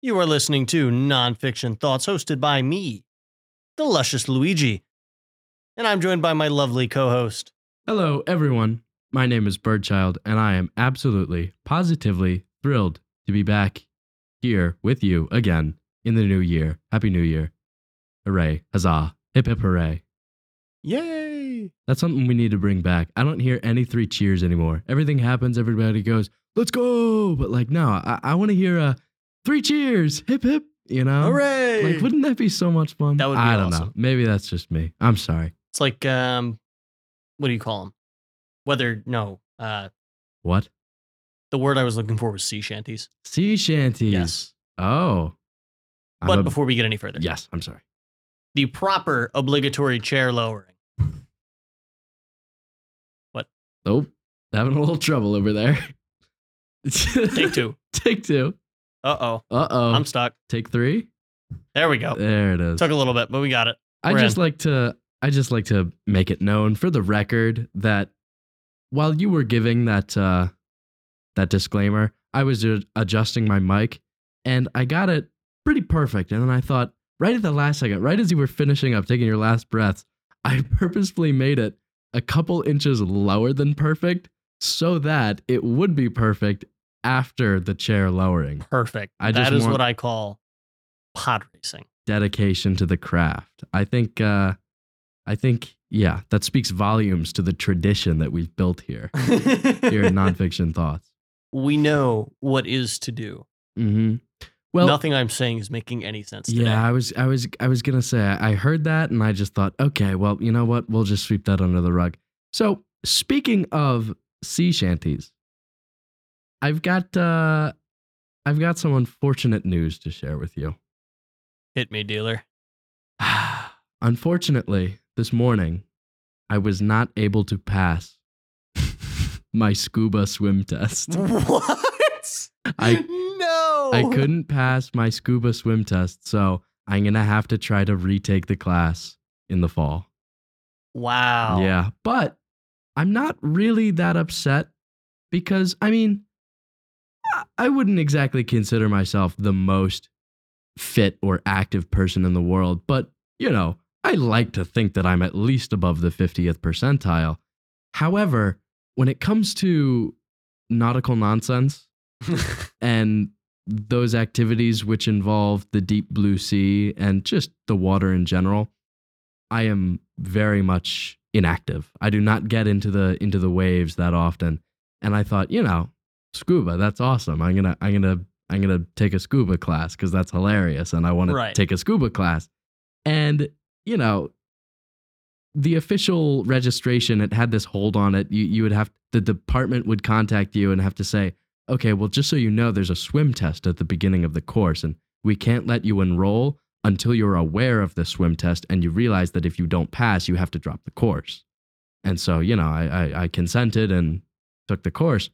You are listening to Nonfiction Thoughts, hosted by me, the luscious Luigi. And I'm joined by my lovely co host. Hello, everyone. My name is Birdchild, and I am absolutely, positively thrilled to be back here with you again in the new year. Happy New Year. Hooray. Huzzah. Hip hip hooray. Yay! That's something we need to bring back. I don't hear any three cheers anymore. Everything happens, everybody goes, let's go. But like, no, I, I want to hear a three cheers, hip hip, you know? Hooray! Um, Like, wouldn't that be so much fun? That would be I don't awesome. know. Maybe that's just me. I'm sorry. it's like, um, what do you call them? Whether, no, uh, What? the word I was looking for was sea shanties. Sea shanties. Yes. Oh. I'm But a- before we get any further, Yes, I'm sorry. the proper obligatory chair lowering. Oh, having a little trouble over there. Take two. Take two. Uh oh. Uh oh. I'm Oh. stuck. Take three. There we go. There it is. Took a little bit, but we got it. I we're just in. like to. I just like to make it known for the record that while you were giving that uh, that disclaimer, I was ju- adjusting my mic, and I got it pretty perfect. And then I thought, right at the last second, right as you were finishing up, taking your last breaths, I purposefully made it a couple inches lower than perfect, so that it would be perfect after the chair lowering. Perfect. I that just is want- what I call pod racing. dedication to the craft. I think uh I think yeah, that speaks volumes to the tradition that we've built here here at Nonfiction Thoughts. we know what is to do. hmm Well, Nothing I'm saying is making any sense today. yeah, I was I was I was gonna say I I heard that and I just thought, okay, well, you know what? We'll just sweep that under the rug. So speaking of sea shanties, I've got uh I've got some unfortunate news to share with you. Hit me, dealer. Unfortunately, this morning, I was not able to pass my scuba swim test. What? I, no. I couldn't pass my scuba swim test, so I'm going to have to try to retake the class in the fall. Wow. Yeah, but I'm not really that upset because I mean, I- I wouldn't exactly consider myself the most fit or active person in the world, but you know, I like to think that I'm at least above the 50th percentile. However, when it comes to nautical nonsense, and those activities which involve the deep blue sea and just the water in general i am very much inactive i do not get into the into the waves that often and i thought you know scuba that's awesome i'm gonna i'm gonna i'm gonna take a scuba class because that's hilarious and i want Right. to take a scuba class and you know the official registration it had this hold on it you, you would have the department would contact you and have to say okay, well, just so you know, there's a swim test at the beginning of the course, and we can't let you enroll until you're aware of the swim test and you realize that if you don't pass, you have to drop the course. And so, you know, I, I, I consented and took the course.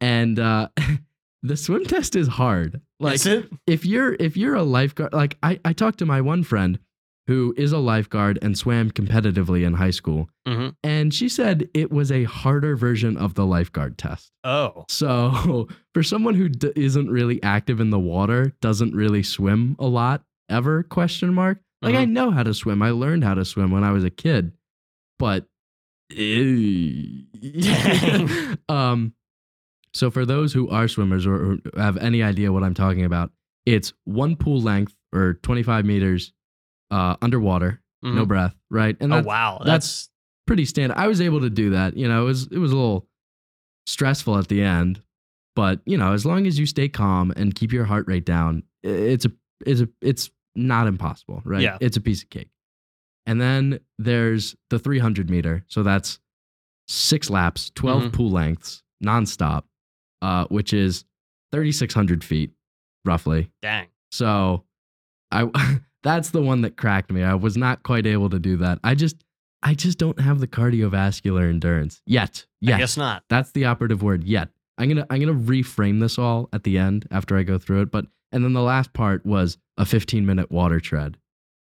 And uh, the swim test is hard. Like, Is it? if you're if you're a lifeguard like I, I talked to my one friend who is a lifeguard and swam competitively in high school Mhm. and she said it was a harder version of the lifeguard test Oh. so for someone who d- isn't really active in the water doesn't really swim a lot ever question mark like i know how to swim i learned how to swim when i was a kid but Dang. um so for those who are swimmers or, or have any idea what i'm talking about it's one pool length or 25 meters uh underwater no Mhm. breath right and Oh that's wow. That's, that's- pretty standard i was able to do that you know it was it was a little stressful at the end but you know as long as you stay calm and keep your heart rate down i- it's a it's a it's not impossible right Yeah. it's a piece of cake and then there's the 300 meter so that's six laps 12 Mhm. pool lengths nonstop uh, which is 3600 feet roughly dang. so I that's the one that cracked me. I was not quite able to do that. I just I just don't have the cardiovascular endurance yet. I Yet. guess not. That's the operative word, yet. I'm going to I'm going to reframe this all at the end after I go through it, but and then the last part was a 15-minute water tread.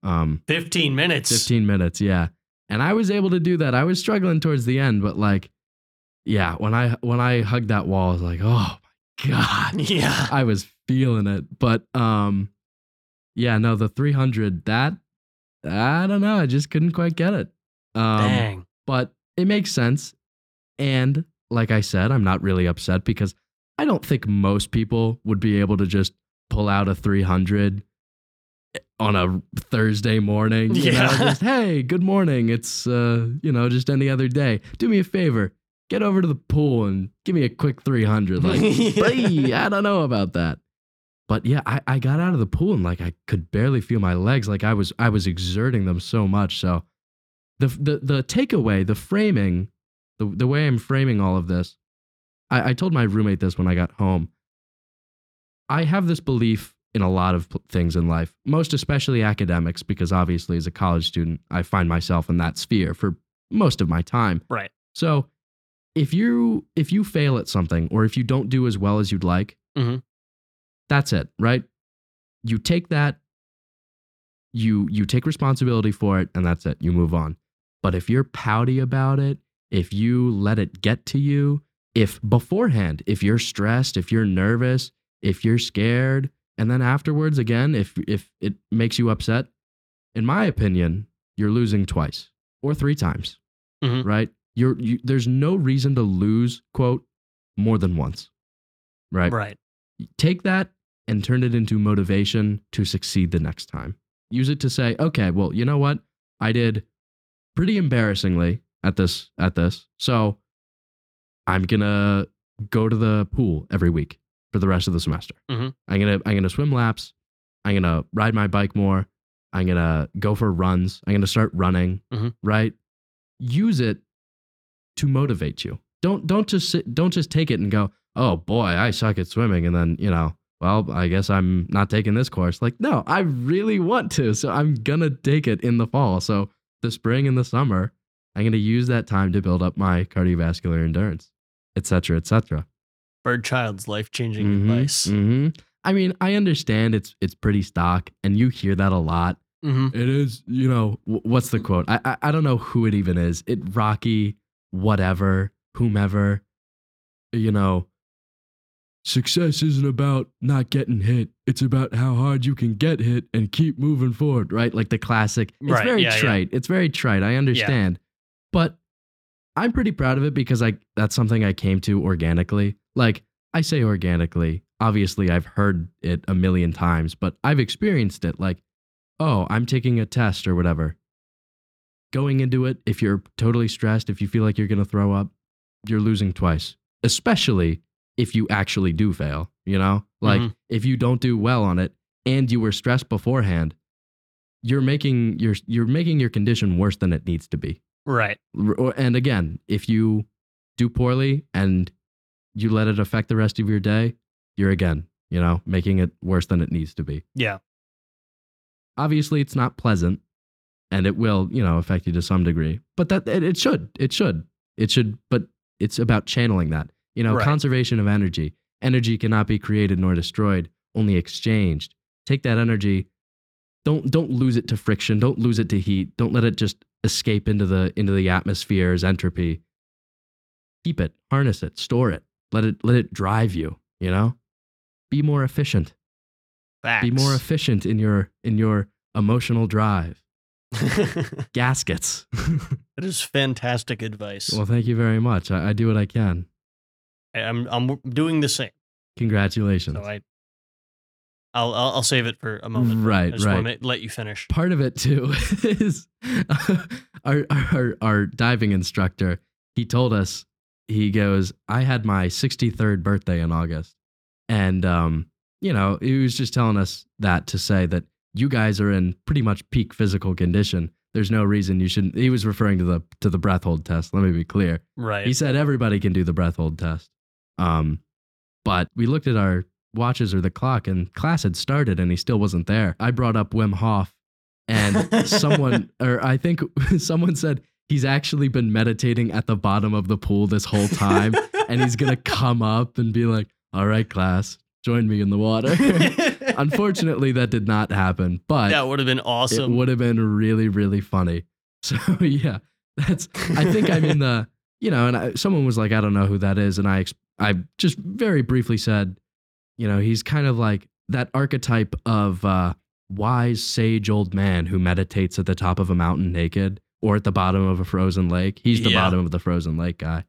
Um 15 minutes. 15 minutes, yeah. And I was able to do that. I was struggling towards the end, but like yeah, when I when I hugged that wall, I was like, "Oh my god." Yeah. I was feeling it. But um, yeah, no, the 300 that I don't know, I just couldn't quite get it. Um, Dang. but it makes sense. And like I said, I'm not really upset because I don't think most people would be able to just pull out a 300 on a Thursday morning. you know, Yeah. just, hey, good morning. It's, uh, you know, just any other day. Do me a favor. Get over to the pool and give me a quick 300. Like, "Hey, I don't know about that. But yeah, I, I got out of the pool and like I could barely feel my legs. Like I was I was exerting them so much. So the the the takeaway, the framing, the the way I'm framing all of this, I, I told my roommate this when I got home. I have this belief in a lot of pl- things in life, most especially academics, because obviously as a college student, I find myself in that sphere for most of my time. Right. So if you if you fail at something or if you don't do as well as you'd like, Mhm. that's it, right? You take that, you you take responsibility for it, and that's it. You move on. But if you're pouty about it, if you let it get to you, if beforehand, if you're stressed, if you're nervous, if you're scared, and then afterwards again, if if it makes you upset, in my opinion, you're losing twice or three times. Mhm. Right? You're you, there's no reason to lose, quote, more than once. Right? Right. take that and turn it into motivation to succeed the next time. Use it to say, okay, well, you know what? I did pretty embarrassingly at this at this. So I'm gonna go to the pool every week for the rest of the semester. Mhm. I'm gonna I'm gonna swim laps. I'm gonna ride my bike more. I'm gonna go for runs. I'm gonna start running. Mhm. Right? Use it to motivate you. Don't don't just sit, don't just take it and go, "Oh boy, I suck at swimming." And then, you know, well, I guess I'm not taking this course. Like, no, I really want to. So I'm going to take it in the fall. So the spring and the summer, I'm going to use that time to build up my cardiovascular endurance, et cetera, et cetera. Birdchild's life changing Mhm, advice. mhm. I mean, I understand it's it's pretty stock and you hear that a lot. hmm It is, you know, wh- what's the quote? I, I I don't know who it even is. It Rocky, whatever, whomever, you know. Success isn't about not getting hit. It's about how hard you can get hit and keep moving forward, right? Like the classic. It's Right, very yeah, yeah. trite. It's very trite. I understand. But I'm pretty proud of it because I that's something I came to organically. Like I say organically. Obviously, I've heard it a million times, but I've experienced it. Like, oh, I'm taking a test or whatever. Going into it, if you're totally stressed, if you feel like you're going to throw up, you're losing twice, especially if you actually do fail, you know? Like, Mhm. if you don't do well on it and you were stressed beforehand, you're making your you're making your condition worse than it needs to be. Right. R- or- and again, if you do poorly and you let it affect the rest of your day, you're again, you know, making it worse than it needs to be. Yeah. Obviously, it's not pleasant and it will, you know, affect you to some degree, but that it, it should, it should, it should, but it's about channeling that, you know, Right. conservation of energy. Energy cannot be created nor destroyed, only exchanged. Take that energy. Don't don't lose it to friction. Don't lose it to heat. Don't let it just escape into the into the atmosphere as entropy. Keep it, harness it, store it. Let it let it drive you, you know? Be more efficient. Facts. Be more efficient in your in your emotional drive. Gaskets. that is fantastic advice. well, thank you very much. I, I do what I can. I, I'm I'm doing the same. Congratulations. So I, I'll I'll, I'll save it for a moment. I right, just right. want to let you finish. part of it too is our, our our diving instructor he told us he goes i had my 63rd birthday in august and um you know he was just telling us that to say that you guys are in pretty much peak physical condition there's no reason you shouldn't he was referring to the to the breath hold test let me be clear Right. he said everybody can do the breath hold test. Um, but we looked at our watches or the clock, and class had started, and he still wasn't there. I brought up Wim Hof, and someone, or I think someone said he's actually been meditating at the bottom of the pool this whole time, and he's gonna come up and be like, "All right, class, join me in the water." Unfortunately, that did not happen, but that would have been awesome. it would have been really, really funny. So yeah, that's I think I'm in the you know, and I, someone was like, I don't know who that is, and I ex- I just very briefly said, You know, he's kind of like that archetype of uh, wise, sage old man who meditates at the top of a mountain naked or at the bottom of a frozen lake. He's the Yeah. bottom of the frozen lake guy.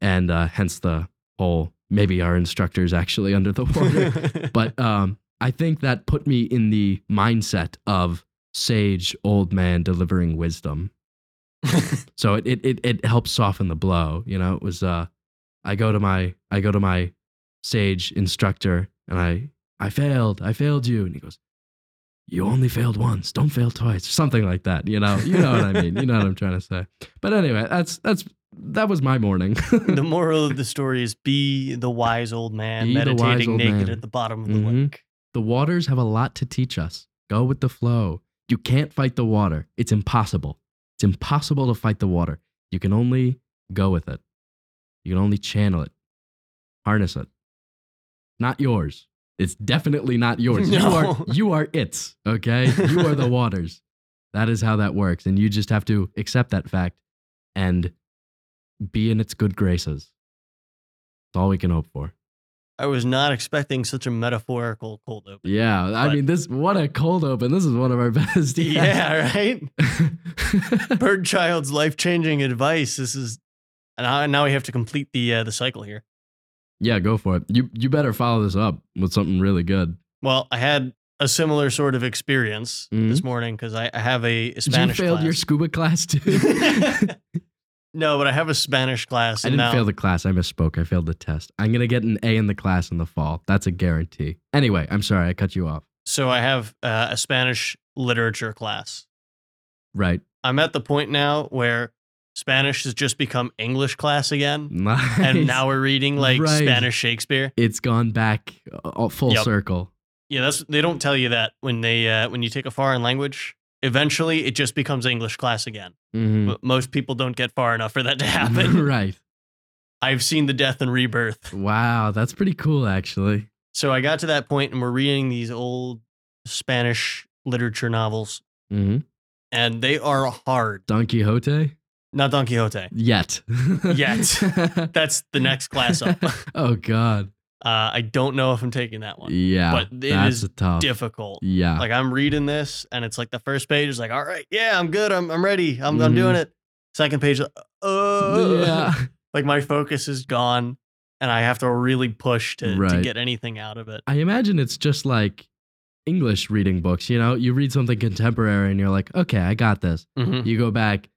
And uh, hence the whole maybe our instructor's actually under the water but um, I think that put me in the mindset of sage old man delivering wisdom. So it it it, it helps soften the blow. You know, it was uh, I go to my I go to my sage instructor and I I failed I failed you and he goes. You only failed once. Don't fail twice. Something like that. You know. You know what I mean. You know what I'm trying to say. But anyway, that's that's that was my morning. the moral of the story is be the wise old man Be the wise meditating old naked man. at the bottom of the Mhm. lake. The waters have a lot to teach us. Go with the flow. You can't fight the water. It's impossible. It's impossible to fight the water. You can only go with it. You can only channel it, harness it. Not yours. It's definitely not yours. You No. are you are it. Okay? You are the waters. That is how that works and you just have to accept that fact and be in its good graces. That's all we can hope for. I was not expecting such a metaphorical cold open. Yeah, I But- mean, this what a cold open. This is one of our best. Yeah, right? Bird Child's life changing advice. This is. And I- now we have to complete the uh, the cycle here. yeah, go for it. You you better follow this up with something really good. Well, I had a similar sort of experience Mhm. this morning because I, I have a Did Spanish you failed your class. scuba class too. I no, but I have a Spanish class. And didn't now, fail the class. I misspoke. I failed the test. I'm gonna get an A in the class in the fall. That's a guarantee. Anyway, I'm sorry I cut you off. So I have uh, a Spanish literature class. Right. I'm at the point now where Spanish has just become English class again. Nice. And now we're reading like Right. Spanish Shakespeare. it's gone back uh, full Yep. circle. Yeah, that's they don't tell you that when they uh, when you take a foreign language. Eventually, it just becomes English class again. Mhm. But most people don't get far enough for that to happen. right. I've seen the death and rebirth. Wow, that's pretty cool actually. So I got to that point, and we're reading these old Spanish literature novels, hmm and they are hard. Don Quixote. Not Don Quixote. Yet. Yet. That's Mm. the next class up. Uh, oh God. I don't know if I'm taking that one. Yeah. But it that's is a tough. difficult. Yeah. Like I'm reading this, and it's like the first page is like, all right, yeah, I'm good, I'm I'm ready, I'm I'm doing it. Second page, uh, Mm-hmm. yeah. like my focus is gone, and I have to really push to to Right. get anything out of it. I imagine it's just like English reading books. You know, you read something contemporary and you're like, okay, I got this. Mhm. You go back,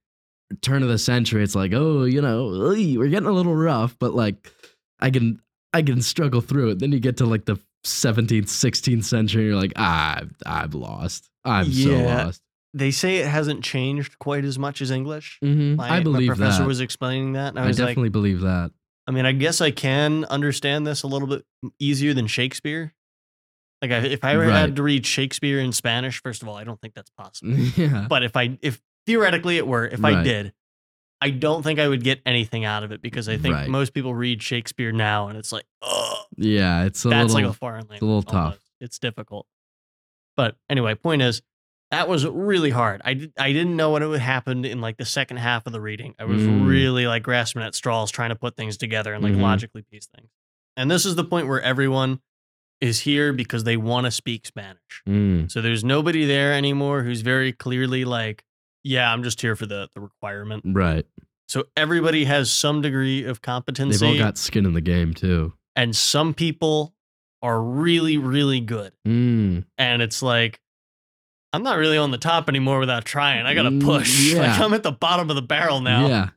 turn of the century, it's like, oh, you know, oy, we're getting a little rough, but like, I can I can struggle through it. Then you get to like the 17th, 16th century, and you're like, ah, I've, I've lost. I'm so Yeah. lost. They say it hasn't changed quite as much as English. Mhm. My, I believe my professor that. was explaining that, and I I was definitely like, believe that. I mean, I guess I can understand this a little bit easier than Shakespeare. Like, I, if I ever Right. had to read Shakespeare in Spanish, first of all, I don't think that's possible. yeah. but if I if theoretically it were, if I Right. did, I don't think I would get anything out of it because I think Right. most people read Shakespeare now and it's like, oh, Yeah, it's a that's little. like a foreign language. a little tough. almost. It's difficult. But anyway, point is, that was really hard. I did, I didn't know what would happen in like the second half of the reading. I was Mm. really like grasping at straws, trying to put things together and like Mhm. logically piece things. And this is the point where everyone is here because they want to speak Spanish. Mm, So there's nobody there anymore who's very clearly like, yeah, I'm just here for the, the requirement. right. So everybody has some degree of They've competency. all got skin in the game too. and some people are really, really good. Mm, And it's like, I'm not really on the top anymore without trying. I got to push. Mm, yeah. Like I'm at the bottom of the barrel now. Yeah.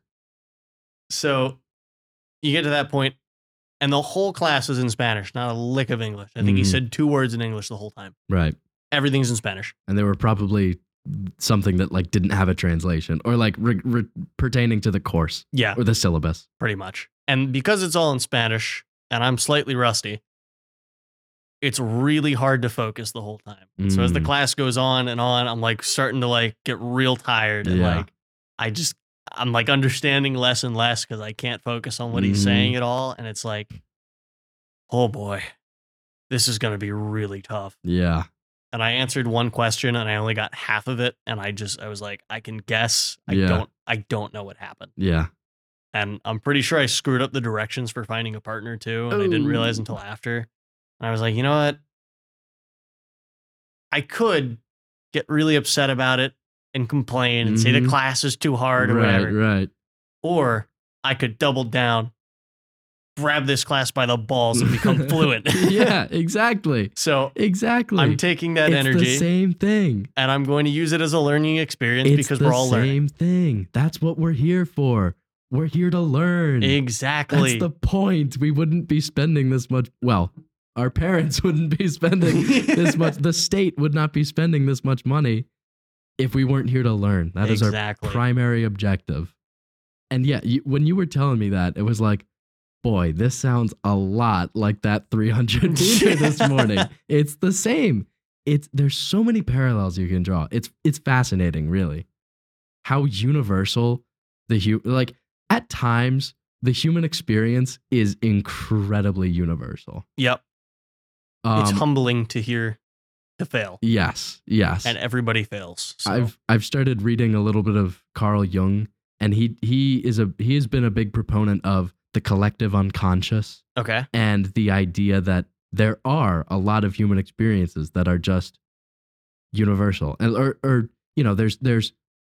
So you get to that point, and the whole class is in Spanish, not a lick of English. I think he Mhm. said two words in English the whole time. Right. Everything's in Spanish. And they were probably something that like didn't have a translation or like re- re- pertaining to the course Yeah. or the syllabus. pretty much. And because it's all in Spanish and I'm slightly rusty, it's really hard to focus the whole time. So as the Mm. class goes on and on, I'm like starting to like get real tired and Yeah. like I just I'm like understanding less and less cuz I can't focus on what he's Mhm. saying at all and it's like oh boy. This is going to be really tough. Yeah. And I answered one question and I only got half of it and I just I was like I can guess. I Yeah. don't I don't know what happened Yeah. and I'm pretty sure I screwed up the directions for finding a partner too, and I didn't Oh. realize until after. And I was like, you know what? I could get really upset about it and complain and say the Mhm. class is too hard or right, whatever. right. Or I could double down, grab this class by the balls and become fluent. yeah, exactly. So Exactly. I'm taking that it's energy the same thing. and I'm going to use it as a learning experience It's because the we're all learning. same thing. That's what we're here for. We're here to learn. Exactly. That's the point. We wouldn't be spending this much. Well, our parents wouldn't be spending this much. The state would not be spending this much money if we weren't here to learn. That is our exactly. primary objective. And yeah, you, when you were telling me that, it was like, boy, this sounds a lot like that 300 meter this morning. It's the same. It's there's so many parallels you can draw. It's it's fascinating, really, how universal the hu- like at times the human experience is incredibly universal. Yep. Um, it's humbling to hear to fail. yes, yes. And everybody fails. So. I've I've started reading a little bit of Carl Jung, and he he is a he has been a big proponent of the collective unconscious okay. and the idea that there are a lot of human experiences that are just universal, and or or you know there's there's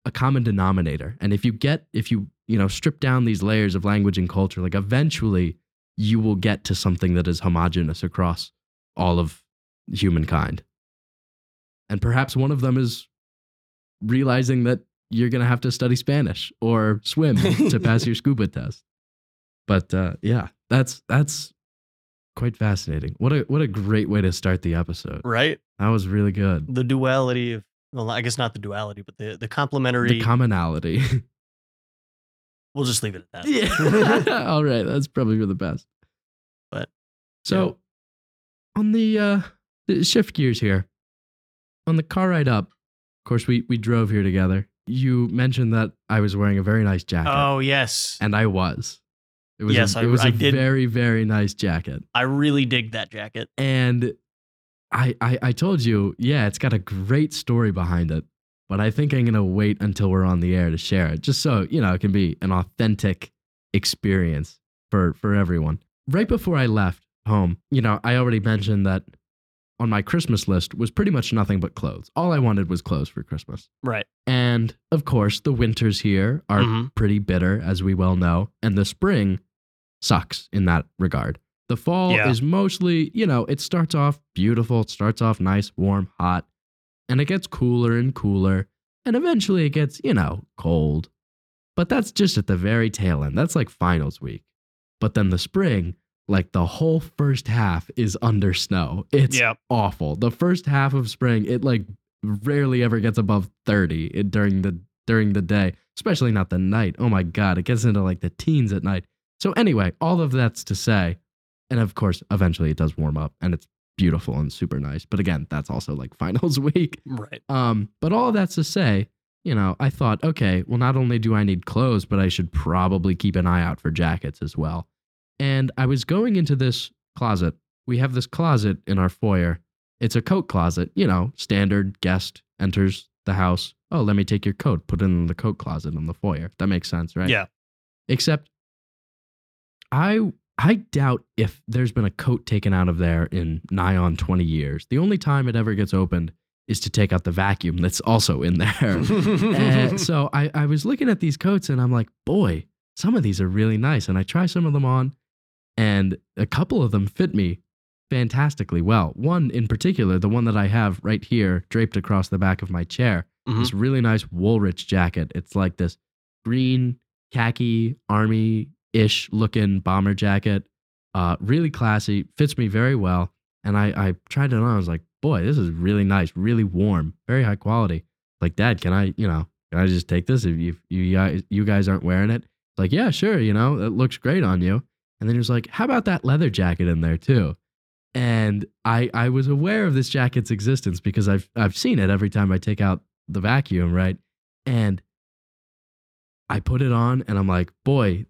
a common denominator, and if you get if you you know strip down these layers of language and culture, like eventually you will get to something that is homogenous across all of humankind. And perhaps one of them is realizing that you're going to have to study Spanish or swim to pass your scuba test. But uh, yeah, that's that's quite fascinating. What a what a great way to start the episode. Right? That was really good. The duality of, well, I guess not the duality, but the, the complementary. The commonality. we'll just leave it at that. yeah. All right, that's probably for the best. But, so on the uh the shift gears here. On the car ride up, of course we we drove here together. You mentioned that I was wearing a very nice jacket. Oh, yes. and I was. It was Yes, a, I- it was a I did- very very nice jacket, I really dig that jacket. and I, I I told you, yeah, it's got a great story behind it, but I think I'm gonna wait until we're on the air to share it, just so you know it can be an authentic experience for for everyone. Right before I left home, you know, I already mentioned that on my Christmas list was pretty much nothing but clothes. All I wanted was clothes for Christmas. Right. And of course, the winters here are Mhm. pretty bitter, as we well know. And the spring sucks in that regard. The fall Yeah. is mostly, you know, it starts off beautiful, it starts off nice, warm, hot, and it gets cooler and cooler. And eventually it gets, you know, cold. But that's just at the very tail end. That's like finals week. But then the spring, like the whole first half is under snow. It's Yep. awful. The first half of spring, it like rarely ever gets above 30 it, during the during the day, especially not the night. Oh my god, it gets into like the teens at night. So anyway, all of that's to say, and of course, eventually it does warm up and it's beautiful and super nice. But again, that's also like finals week. Right. Um, but all that's to say, you know, I thought, okay, well, not only do I need clothes, but I should probably keep an eye out for jackets as well. And I was going into this closet. We have this closet in our foyer. It's a coat closet, you know, standard guest enters the house. Oh, let me take your coat, put it in the coat closet in the foyer. That makes sense, right? Yeah. Except I I doubt if there's been a coat taken out of there in nigh on 20 years. The only time it ever gets opened is to take out the vacuum that's also in there. And so I, I was looking at these coats and I'm like, boy, some of these are really nice. And I try some of them on, and a couple of them fit me fantastically well. One in particular, the one that I have right here draped across the back of my chair, Mhm. this really nice Woolrich jacket. It's like this green, khaki, army ish looking bomber jacket. Uh, really classy, fits me very well. And I, I tried it on. I was like, boy, this is really nice, really warm, very high quality. Like, Dad, can I, you know, can I just take this if you, if you, guys- you guys aren't wearing it? Like, yeah, sure, you know, it looks great on you. And then he was like, how about that leather jacket in there too? And I, I was aware of this jacket's existence because I've, I've seen it every time I take out the vacuum, right? And I put it on and I'm like, boy,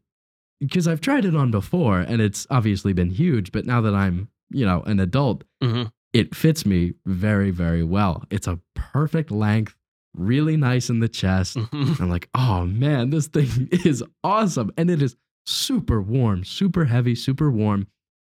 because I've tried it on before and it's obviously been huge, but now that I'm, you know, an adult, Mhm. it fits me very, very well. It's a perfect length, really nice in the chest. Mhm. I'm like, oh man, this thing is awesome. And it is super warm, super heavy, super warm.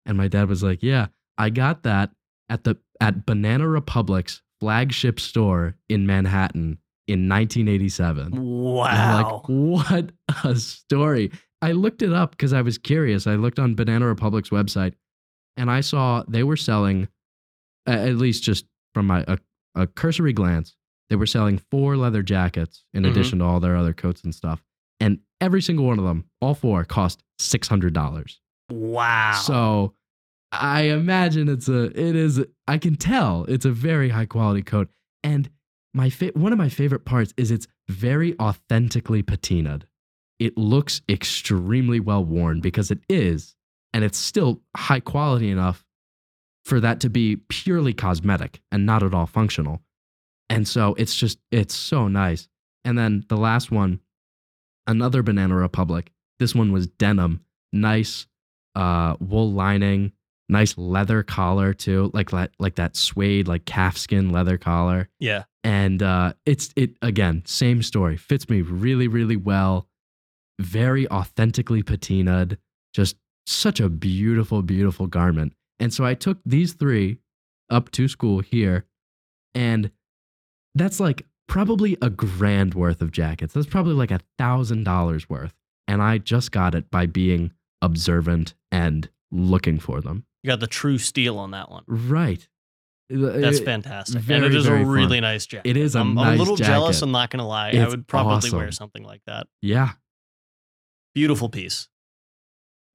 And my dad was like, yeah, I got that at the at Banana Republic's flagship store in Manhattan in 1987. I'm Wow. like, what a story. I looked it up because I was curious. I looked on Banana Republic's website and I saw they were selling, a- at least just from my a, a cursory glance, they were selling four leather jackets in Mhm. addition to all their other coats and stuff. And every single one of them, all four, cost six hundred dollars. wow. So I imagine it's a it is I can tell it's a very high quality coat. And my fa- one of my favorite parts is it's very authentically patinaed. It looks extremely well worn because it is, and it's still high quality enough for that to be purely cosmetic and not at all functional. And so it's just it's so nice. And then the last one, another Banana Republic. This one was denim, nice uh, wool lining, nice leather collar too, like that like that suede like calfskin leather collar. yeah. And uh, it's it again, same story. Fits me really really well. Very authentically patinaed. Just such a beautiful beautiful garment. And so I took these three up to school here, and that's like probably a grand worth of jackets. That's probably like a thousand dollars worth. And I just got it by being observant and looking for them. You got the true steel on that one. Right. That's Uh, fantastic. very, and it is a very fun. really nice jacket. It is a I'm, I'm nice a little jealous. jacket. I'm not going to lie. I It's would probably wear awesome. something like that. Yeah. Beautiful piece.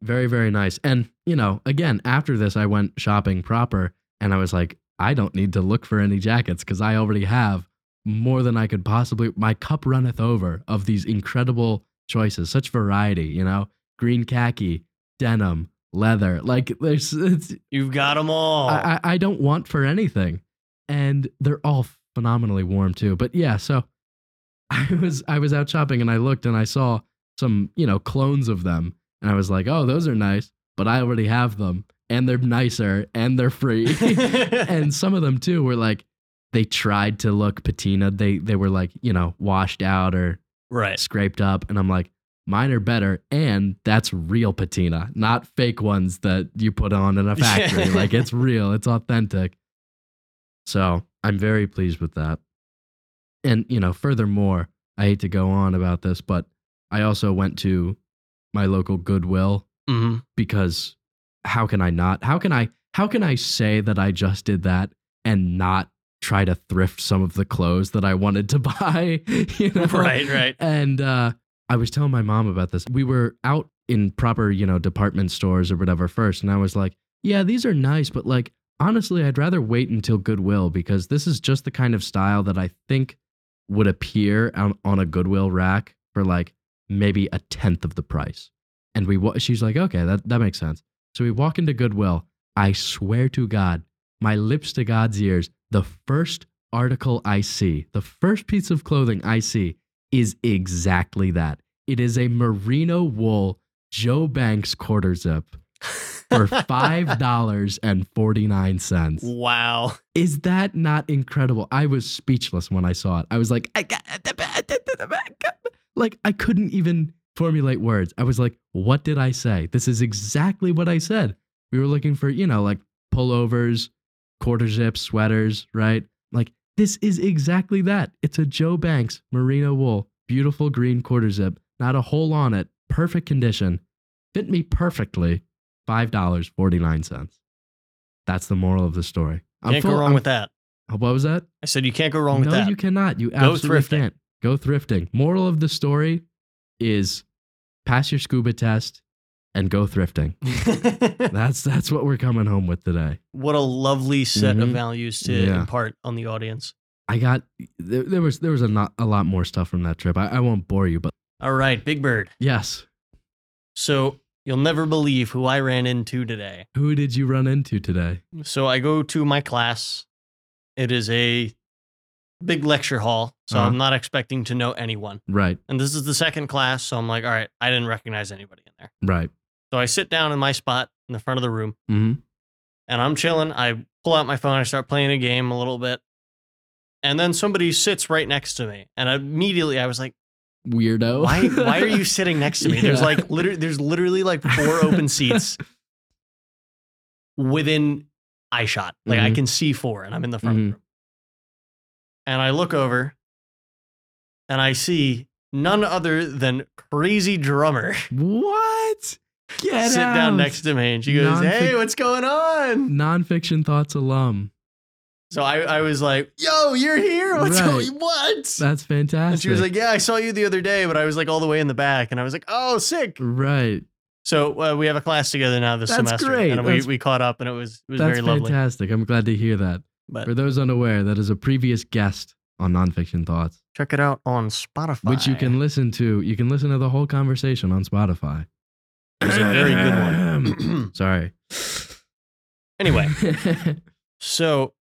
Very, very nice. And, you know, again, after this, I went shopping proper and I was like, I don't need to look for any jackets because I already have more than I could possibly. My cup runneth over of these incredible choices, such variety, you know, green khaki, denim, leather. Like, there's, it's, You've got them all. I, I I don't want for anything. And they're all phenomenally warm too. But yeah, so I was I was out shopping and I looked and I saw some, you know, clones of them. And I was like, oh, those are nice, but I already have them. And they're nicer and they're free. and some of them too were like they tried to look patina. They they were like, you know, washed out or right. scraped up. And I'm like, mine are better. And that's real patina, not fake ones that you put on in a factory. Yeah. like it's real, it's authentic. So I'm very pleased with that. And, you know, furthermore, I hate to go on about this, but I also went to my local Goodwill hmm because how can I not? How can I how can I say that I just did that and not try to thrift some of the clothes that I wanted to buy? You know? Right, right. And uh, I was telling my mom about this. We were out in proper, you know, department stores or whatever first, and I was like, "Yeah, these are nice, but like, honestly, I'd rather wait until Goodwill because this is just the kind of style that I think would appear on, on a Goodwill rack for like maybe a tenth of the price." And we, wa- she's like, "Okay, that that makes sense." So we walk into Goodwill. I swear to God, my lips to God's ears, the first article I see, the first piece of clothing I see is exactly that. It is a merino wool Joe Banks quarter zip for $5.49. Wow. Is that not incredible? I was speechless when I saw it. I was like, I got like I couldn't even formulate words. I was like, what did I say? This is exactly what I said. We were looking for, you know, like pullovers, quarter zips, sweaters, right? Like this is exactly that. It's a Joe Banks merino wool, beautiful green quarter zip, not a hole on it, perfect condition, fit me perfectly. Five dollars forty nine cents. That's the moral of the story. I'm Can't go full- wrong I'm- with that. What was that? I said you can't go wrong no, with that. you cannot. You absolutely thrifting. can't. Go thrifting. Moral of the story is pass your scuba test and go thrifting. That's that's what we're coming home with today. what a lovely set of Mhm. values to Yeah. impart on the audience. I got there, there was there was a not a lot more stuff from that trip. I, I won't bore you, but All right, Big Bird. yes. So you'll never believe who I ran into today. Who did you run into today? So I go to my class. It is a big lecture hall, so Uh-huh. I'm not expecting to know anyone. Right, And this is the second class, so I'm like, all right, I didn't recognize anybody in there. right. So I sit down in my spot in the front of the room. hmm and I'm chilling. I pull out my phone, I start playing a game a little bit, and then somebody sits right next to me, and immediately I was like, Weirdo. "Why? why are you sitting next to me?" There's Yeah. like literally, there's literally like four open seats within eye shot. Like I Mhm. can see four and I'm in the front Mhm. room. And I look over and I see none other than crazy drummer What? Get sit out. down next to me and she goes, Nonfic- Hey, what's going on? Nonfiction thoughts alum. So I, I was like, Yo, you're here. What's Right. going what? That's fantastic. And she was like, Yeah, I saw you the other day, but I was like all the way in the back. And I was like, Oh, sick. right. So uh, we have a class together now this That's semester. great. And we, That's- we caught up and it was, it was That's very lovely. fantastic. I'm glad to hear that. But For those unaware, that is a previous guest on Nonfiction Thoughts, check it out on Spotify. which you can listen to. You can listen to the whole conversation on Spotify. It's a very good one. Sorry. anyway, so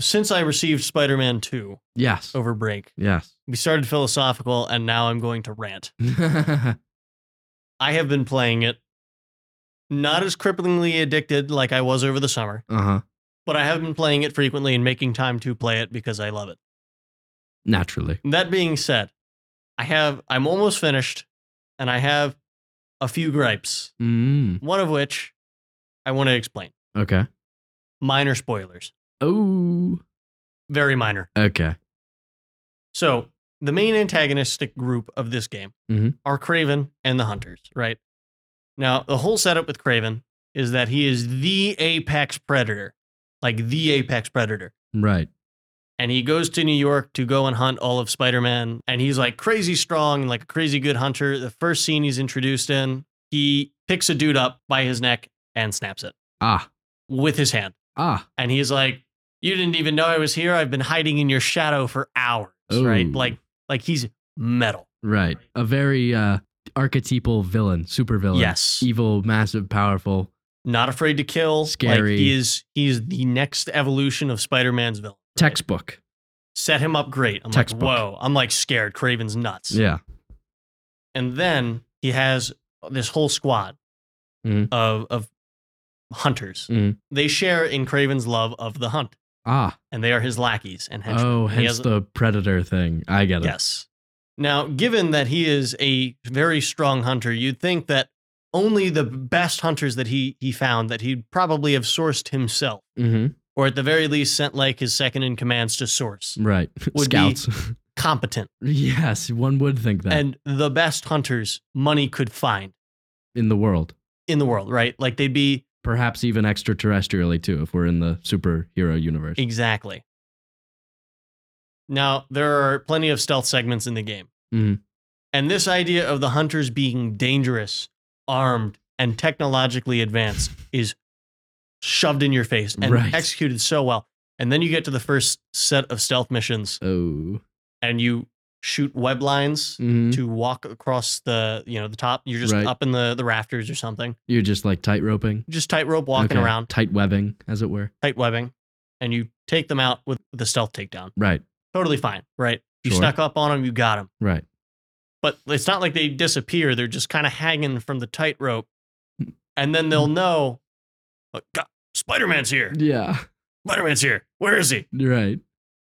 since I received Spider Man 2 yes. over break, Yes. we started philosophical and now I'm going to rant. Uh-huh. I have been playing it not as cripplingly addicted like I was over the summer, Uh huh. but I have been playing it frequently and making time to play it because I love it. Naturally. That being said, I have I'm almost finished and I have a few gripes, Mm. one of which I want to explain. Okay. Minor spoilers. Oh. Very minor. Okay. So the main antagonistic group of this game Mhm. are Craven and the Hunters, right? Now the whole setup with Craven is that he is the apex predator, like the apex predator, Right. and he goes to New York to go and hunt all of Spider-Man, and he's like crazy strong, like a crazy good hunter. The first scene he's introduced in, he picks a dude up by his neck and snaps it Ah. with his hand, Ah. and he's like, "You didn't even know I was here. I've been hiding in your shadow for hours, right? Ooh. Like, like he's metal." Right. A very uh, archetypal villain, super villain. E Yes. Evil, massive, powerful. Not afraid to kill. Like Scary. he is he is the next evolution of Spider-Man's villain. right? Textbook. Set him up great. I'm Textbook. like, whoa. I'm like scared. Craven's nuts. Yeah. And then he has this whole squad Mhm. of of hunters. Mhm. They share in Craven's love of the hunt. Ah. And they are his lackeys and henchmen. Oh, And he hence has- the predator thing. I get it. Yes. Now, given that he is a very strong hunter, you'd think that only the best hunters that he he found that he'd probably have sourced himself. Mm-hmm. or at the very least sent like his second in commands to source Right. Would Scouts. competent yes, one would think that and the best hunters money could find in the world. in the world right like they'd be Perhaps even extraterrestrially too, if we're in the superhero universe. exactly now there are plenty of stealth segments in the game Mhm. and this idea of the hunters being dangerous armed and technologically advanced is shoved in your face and Right. executed so well and then you get to the first set of stealth missions Oh. and you shoot web lines Mhm. to walk across the you know the top. You're just Right. up in the the rafters or something. You're just like tight roping. Just tightrope walking Okay. around, Tight webbing, as it were. tight webbing, and you take them out with the stealth takedown. Right. Totally fine, right? You Sure. snuck up on them, you got them. Right. But it's not like they disappear. They're just kind of hanging from the tightrope, Mm. and then they'll know. "Oh, God, Spider-Man's here. Yeah. Spider-Man's here. Where is he? Right.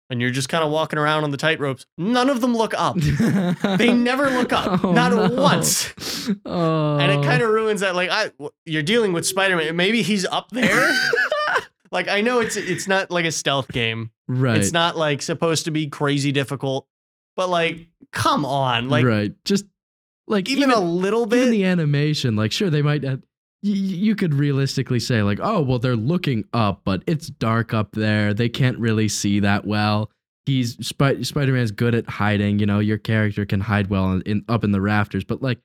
And you're just kind of walking around on the tightropes. None of them look up. They they never look up. Oh, not no. once. Oh. and it kind of ruins that. Like, I you're dealing with Spider Man. Maybe he's up there. like, I know it's it's not like a stealth game. Right. It's not like supposed to be crazy difficult. But like, come on, like right. Just like even, a little bit. even the animation, like sure they might. Uh, you, you could realistically say like, oh well, they're looking up, but it's dark up there. They can't really see that well. He's Spi- Spider Man's good at hiding. You know, your character can hide well in, in up in the rafters, but like,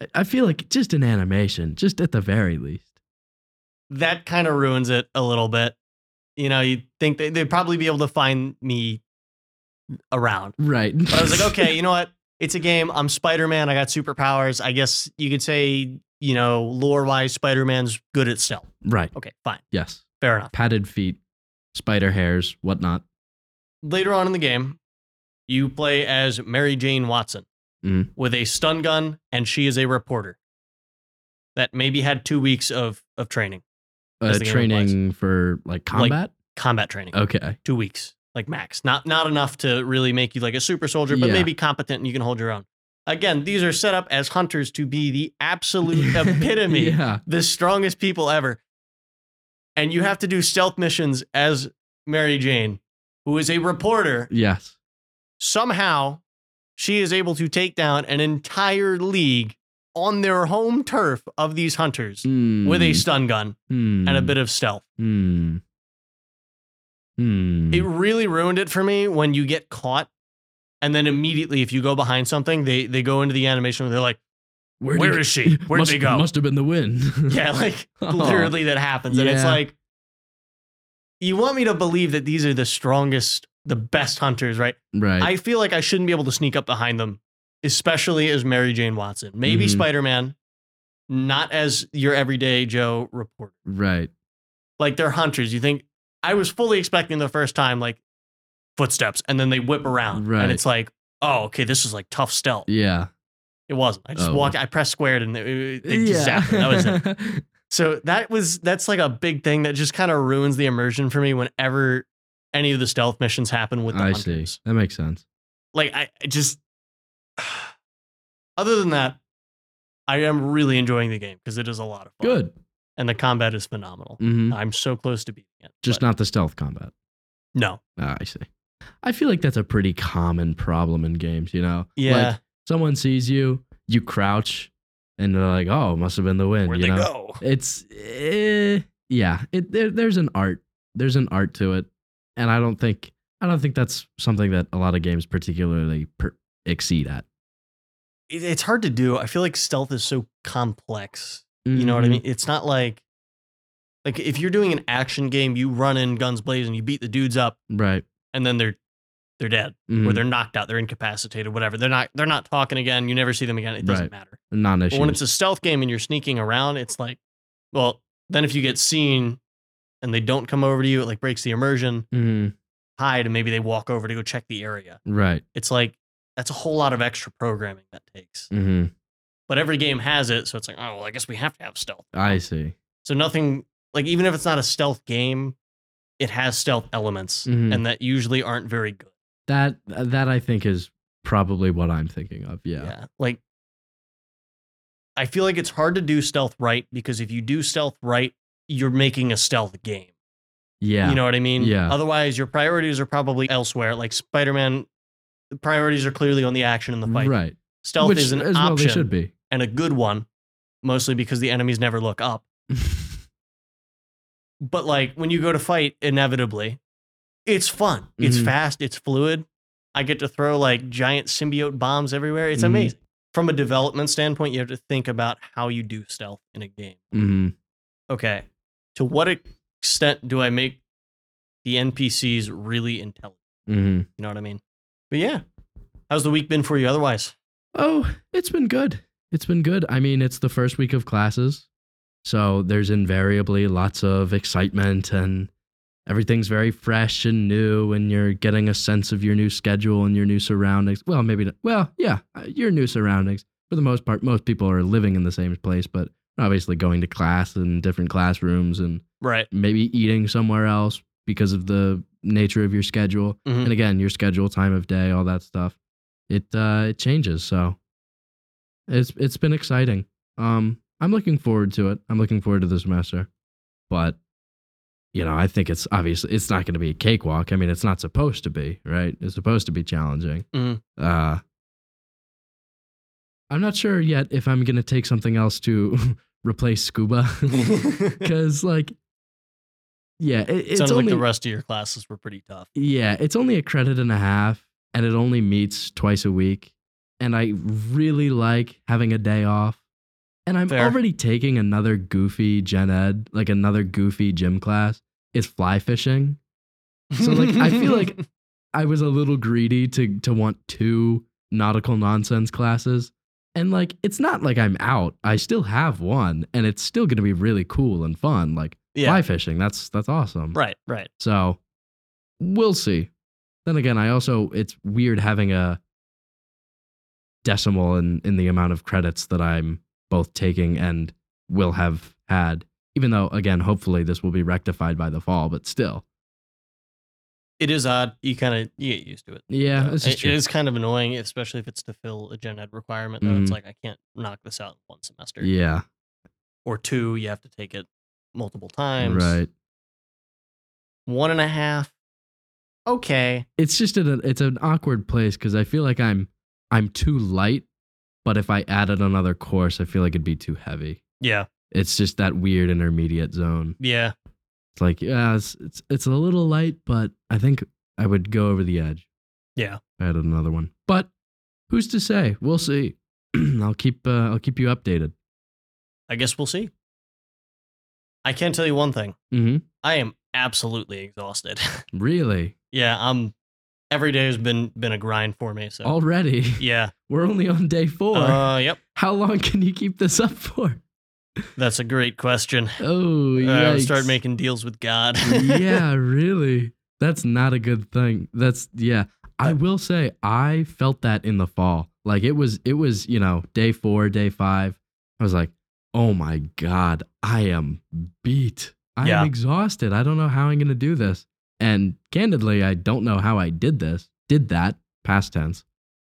I- I feel like just an animation, just at the very least. that kind of ruins it a little bit. You know, you think they, they'd probably be able to find me around. Right. But I was like, okay, you know what? It's a game. I'm Spider Man. I got superpowers. I guess you could say, you know, lore wise, Spider Man's good at stealth. right. Okay, fine. Yes. Fair enough. Padded feet, spider hairs, whatnot. later on in the game, you play as Mary Jane Watson Mhm. with a stun gun, and she is a reporter that maybe had two weeks of, of training, Uh, As the game implies. training for like Like- combat. combat training, okay. two weeks, like max. Not not enough to really make you like a super soldier, but Yeah. maybe competent and you can hold your own. Again, these are set up as hunters to be the absolute epitome, yeah. the strongest people ever. and you have to do stealth missions as Mary Jane, who is a reporter. Yes. Somehow, she is able to take down an entire league on their home turf of these hunters with Mm. a stun gun and a bit of stealth. Hmm. Hmm. It really ruined it for me when you get caught, and then immediately if you go behind something, they they go into the animation and they're like, Where "Where did- is she? Where'd must, they go?" Must have been the wind. Yeah, like Oh. literally that happens, and it's Yeah. like, you want me to believe that these are the strongest, the best hunters, right? Right. I feel like I shouldn't be able to sneak up behind them, especially as Mary Jane Watson. Maybe Mhm. Spider Man, not as your everyday Joe reporter. right. Like they're hunters. You think I was fully expecting the first time, like footsteps, and then they whip around, Right. and it's like, oh, okay, this is like tough stealth. Yeah. It it wasn't. I just Oh. walked. I pressed squared, and it, it, it just happened. That was it. So that was that's like a big thing that just kind of ruins the immersion for me whenever any of the stealth missions happen with the I see. hunters. That makes sense. Like I, I just other than that, I am really enjoying the game because it is a lot of fun. Good. And the combat is phenomenal. hmm I'm so close to beating it. Just but not the stealth combat. no. Ah, I see. I feel like that's a pretty common problem in games. You know. Yeah. Like, someone sees you, you crouch, and they're like, "Oh, must have been the wind." Where'd you they know? go? It's eh, yeah. It there, there's an art. There's an art to it, and I don't think I don't think that's something that a lot of games particularly per- exceed at. It, it's hard to do. I feel like stealth is so complex. You know what I Mhm. mean? It's not like like if you're doing an action game, you run in guns blazing, you beat the dudes up, Mm-hmm. Right. and then they're they're dead or Mhm. they're knocked out, they're incapacitated, whatever. They're not they're not talking again. You never see them again. It doesn't Right. matter. But non-issue. when it's a stealth game and you're sneaking around, it's like, well, then if you get seen and they don't come over to you, it like breaks the immersion. Mhm. Hide and maybe they walk over to go check the area. Right. It's like that's a whole lot of extra programming that takes. hmm But every game has it, so it's like, oh, well, I guess we have to have stealth. I see. So nothing like even if it's not a stealth game, it has stealth elements, Mhm. and that usually aren't very good. That that I think is probably what I'm thinking of. Yeah. Like, I feel like it's hard to do stealth right because if you do stealth right, you're making a stealth game. Yeah. You know what I mean? Yeah. Otherwise, your priorities are probably elsewhere. Like Spider Man, the priorities are clearly on the action and the fight. Right. Stealth Which is an as well they option should be. and a good one, mostly because the enemies never look up. But like when you go to fight, inevitably, it's fun. It's Mhm. fast. It's fluid. I get to throw like giant symbiote bombs everywhere. It's Mhm. amazing. From a development standpoint, you have to think about how you do stealth in a game. hmm Okay. To what extent do I make the NPCs really intelligent? hmm You know what I mean? But yeah. How's the week been for you otherwise? Oh, it's been good. It's been good. I mean, it's the first week of classes. So there's invariably lots of excitement and everything's very fresh and new and you're getting a sense of your new schedule and your new surroundings. Well, maybe not. Well, yeah, uh, your new surroundings. For the most part, most people are living in the same place, but obviously going to class and different classrooms and Right. maybe eating somewhere else because of the nature of your schedule Mhm. and again your schedule time of day all that stuff it uh it changes so it's it's been exciting um i'm looking forward to it i'm looking forward to the semester but you know i think it's obviously it's not going to be a cakewalk i mean it's not supposed to be right it's supposed to be challenging Mhm. uh i'm not sure yet if i'm going to take something else to replace scuba because like yeah it, it's Sounded only, like the rest of your classes were pretty tough. yeah it's only a credit and a half and it only meets twice a week and i really like having a day off and i'm Fair. already taking another goofy gen ed like another goofy gym class it's fly fishing So, like, I feel like- i was a little greedy to to want two nautical nonsense classes and like it's not like i'm out i still have one and it's still going to be really cool and fun like yeah. fly fishing that's that's awesome Right, right. So we'll see. Then again, I also it's weird having a decimal in, in the amount of credits that I'm both taking and will have had. Even though again, hopefully this will be rectified by the fall, but still. It is odd. You kind of you get used to it. Yeah, Uh, this is it, true. it is kind of annoying, especially if it's to fill a gen ed requirement. Though it's Mhm. like I can't knock this out in one semester yeah. or two. You have to take it multiple times. Right. one and a half. Okay. It's just an it's an awkward place because I feel like I'm I'm too light, but if I added another course, I feel like it'd be too heavy. Yeah. It's just that weird intermediate zone. Yeah. It's like yeah, it's it's, it's a little light, but I think I would go over the edge. Yeah. I added another one, but who's to say? We'll see. I'll keep uh, I'll keep you updated. I guess we'll see. I can tell you one thing. Mm-hmm. I am absolutely exhausted. Really? yeah, I'm every day has been been a grind for me. So Already? yeah. We're only on day four. Uh yep. How long can you keep this up for? That's a great question. Oh, Uh, yeah. start making deals with God. yeah, really. That's not a good thing. That's yeah. I Uh, will say I felt that in the fall. Like it was it was, you know, day 4, day 5. I was like, "Oh my god, I am beat. I Yeah. am exhausted. I don't know how I'm going to do this." And candidly, I don't know how I did this. Did that past tense.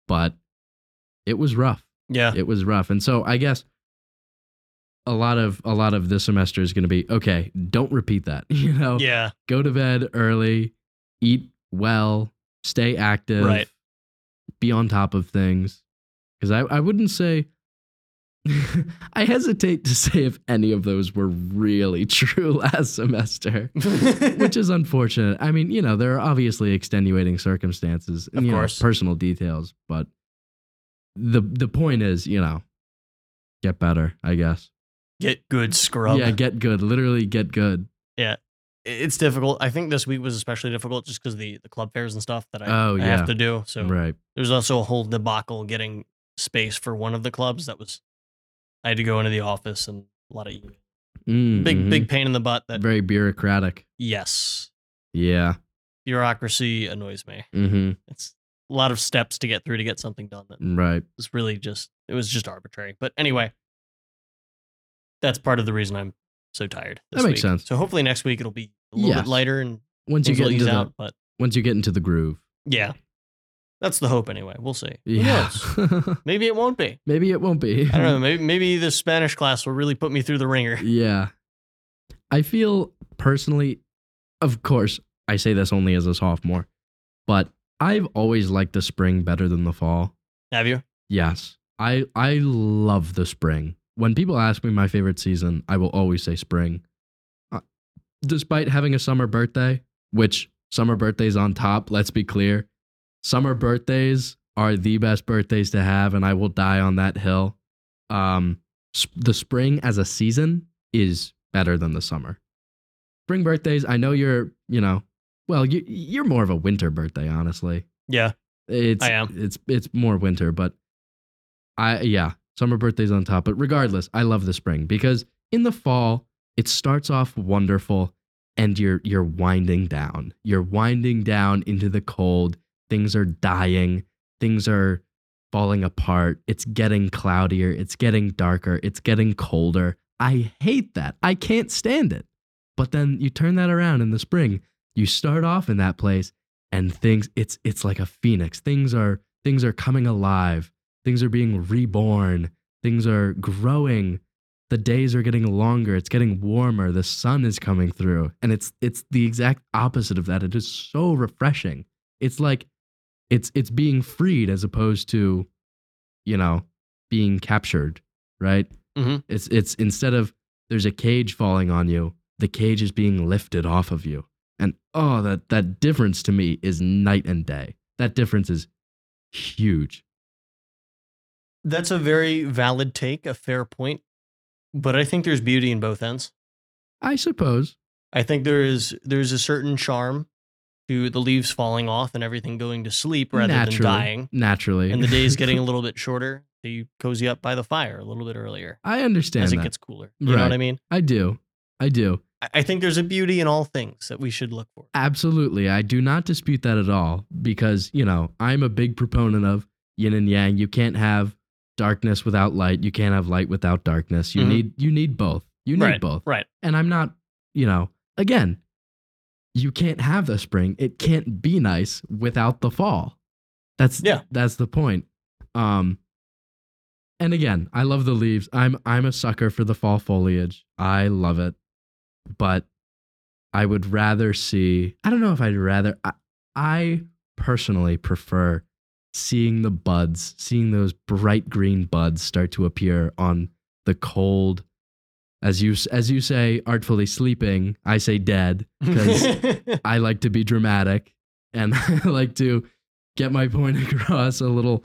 But it was rough yeah. it was rough and so i guess a lot of a lot of this semester is going to be okay don't repeat that you know Yeah. go to bed early eat well stay active Right. be on top of things because I, I wouldn't say i hesitate to say if any of those were really true last semester which is unfortunate i mean you know there are obviously extenuating circumstances and, Of you know, course. personal details but the the point is you know get better i guess Get good scrub. yeah get good literally get good it's difficult. I think this week was especially difficult just because the the club fairs and stuff that I, Oh, I yeah. have to do. So right there's also a whole debacle getting space for one of the clubs that was I had to go into the office and a lot of Mm, big mhm. big pain in the butt that very bureaucratic yes yeah bureaucracy annoys me hmm it's a lot of steps to get through to get something done that right was really just it was just arbitrary but anyway that's part of the reason i'm so tired this That makes week. sense. so hopefully next week it'll be a little Yes. bit lighter and once you things will get into ease the, out but once you get into the groove yeah that's the hope anyway we'll see Who yeah knows? maybe it won't be maybe it won't be I don't know. Maybe maybe this Spanish class will really put me through the ringer. Yeah. I feel personally, of course, I say this only as a sophomore, but I've always liked the spring better than the fall. Have you? Yes. I I love the spring. When people ask me my favorite season, I will always say spring. Uh, despite having a summer birthday, which summer birthdays on top, let's be clear. Summer birthdays are the best birthdays to have and I will die on that hill. Um sp- the spring as a season is better than the summer. Spring birthdays, I know you're, you know, well, you you're more of a winter birthday, honestly. Yeah. It's I am. it's it's more winter, but I yeah, summer birthdays on top. But regardless, I love the spring because in the fall it starts off wonderful and you're you're winding down. You're winding down into the cold. Things are dying. Things are falling apart. It's getting cloudier. It's getting darker. It's getting colder. I hate that. I can't stand it. But then you turn that around in the spring. You start off in that place and things it's it's like a phoenix things are things are coming alive things are being reborn things are growing the days are getting longer it's getting warmer the sun is coming through and it's it's the exact opposite of that it is so refreshing it's like it's it's being freed as opposed to you know being captured right Mhm. it's it's instead of there's a cage falling on you the cage is being lifted off of you and oh that that difference to me is night and day that difference is huge That's a very valid take, a fair point. But I think there's beauty in both ends. i suppose I think there is there's a certain charm to the leaves falling off and everything going to sleep rather naturally, than dying. naturally And the days getting a little bit shorter. So you cozy up by the fire a little bit earlier i understand as it that. gets cooler. You know Right. what I mean? i do i do I- I think there's a beauty in all things that we should look for. Absolutely. I do not dispute that at all because, you know, I'm a big proponent of yin and yang. You can't have darkness without light. You can't have light without darkness. You Mhm. need you need both. You need right. both. Right. And I'm not, you know, again, you can't have the spring. It can't be nice without the fall. That's Yeah. that's the point. Um and again, I love the leaves. I'm I'm a sucker for the fall foliage. I love it. But I would rather see. I don't know if I'd rather. I, I personally prefer seeing the buds, seeing those bright green buds start to appear on the cold. As you as you say, artfully sleeping. I say dead because I like to be dramatic and I like to get my point across a little,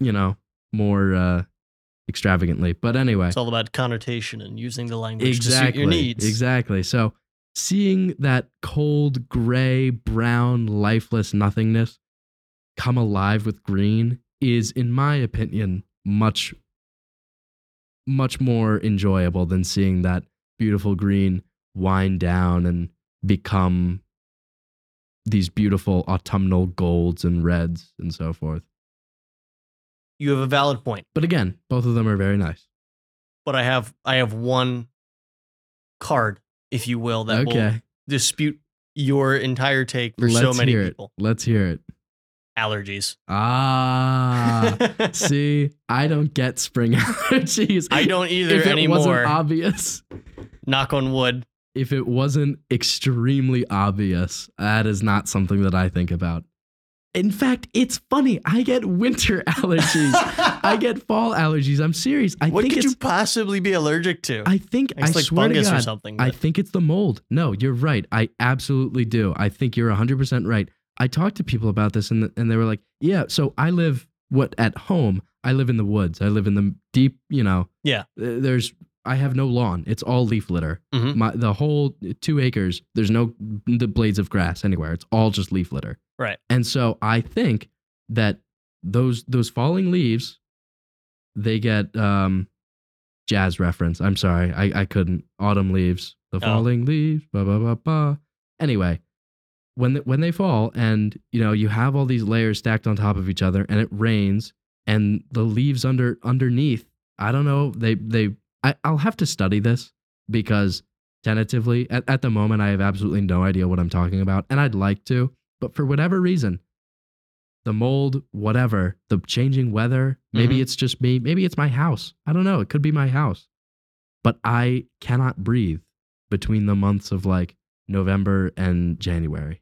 you know, more uh, extravagantly. But anyway, it's all about connotation and using the language to suit your needs. Exactly. So seeing that cold, gray, brown, lifeless nothingness come alive with green is, in my opinion, much, much more enjoyable than seeing that beautiful green wind down and become these beautiful autumnal golds and reds and so forth. You have a valid point, But again, both of them are very nice. but I have I have one card, if you will, that will okay, dispute your entire take for so Let's many hear it. people. let's hear it. Allergies. Ah, see, I don't get spring allergies. I don't either if it anymore. wasn't obvious, Knock on wood. if it wasn't extremely obvious, that is not something that I think about. In fact, it's funny. I get winter allergies. I get fall allergies. I'm serious. I what think could it's. you possibly be allergic to? I think I it's like swear to fungus God, or something. I but- think it's the mold. No, you're right. I absolutely do. I think you're 100% right. I talked to people about this and, and they were like, yeah, so I live what at home, I live in the woods. I live in the deep, you know. Yeah. th- There's I have no lawn. It's all leaf litter. Mhm. My the whole 2 acres, there's no the blades of grass anywhere. It's all just leaf litter. Right. And so I think that those those falling leaves they get um jazz reference. I'm sorry, I, I couldn't. Autumn leaves, the falling leaves, blah blah blah blah. Anyway, when th- when they fall, and you know you have all these layers stacked on top of each other, and it rains, and the leaves under underneath. I don't know. They they I, I'll have to study this because tentatively at, at the moment I have absolutely no idea what I'm talking about, and I'd like to, but for whatever reason, the mold, whatever, the changing weather. Maybe Mhm. it's just me. Maybe it's my house. I don't know. It could be my house. But I cannot breathe between the months of like November and January.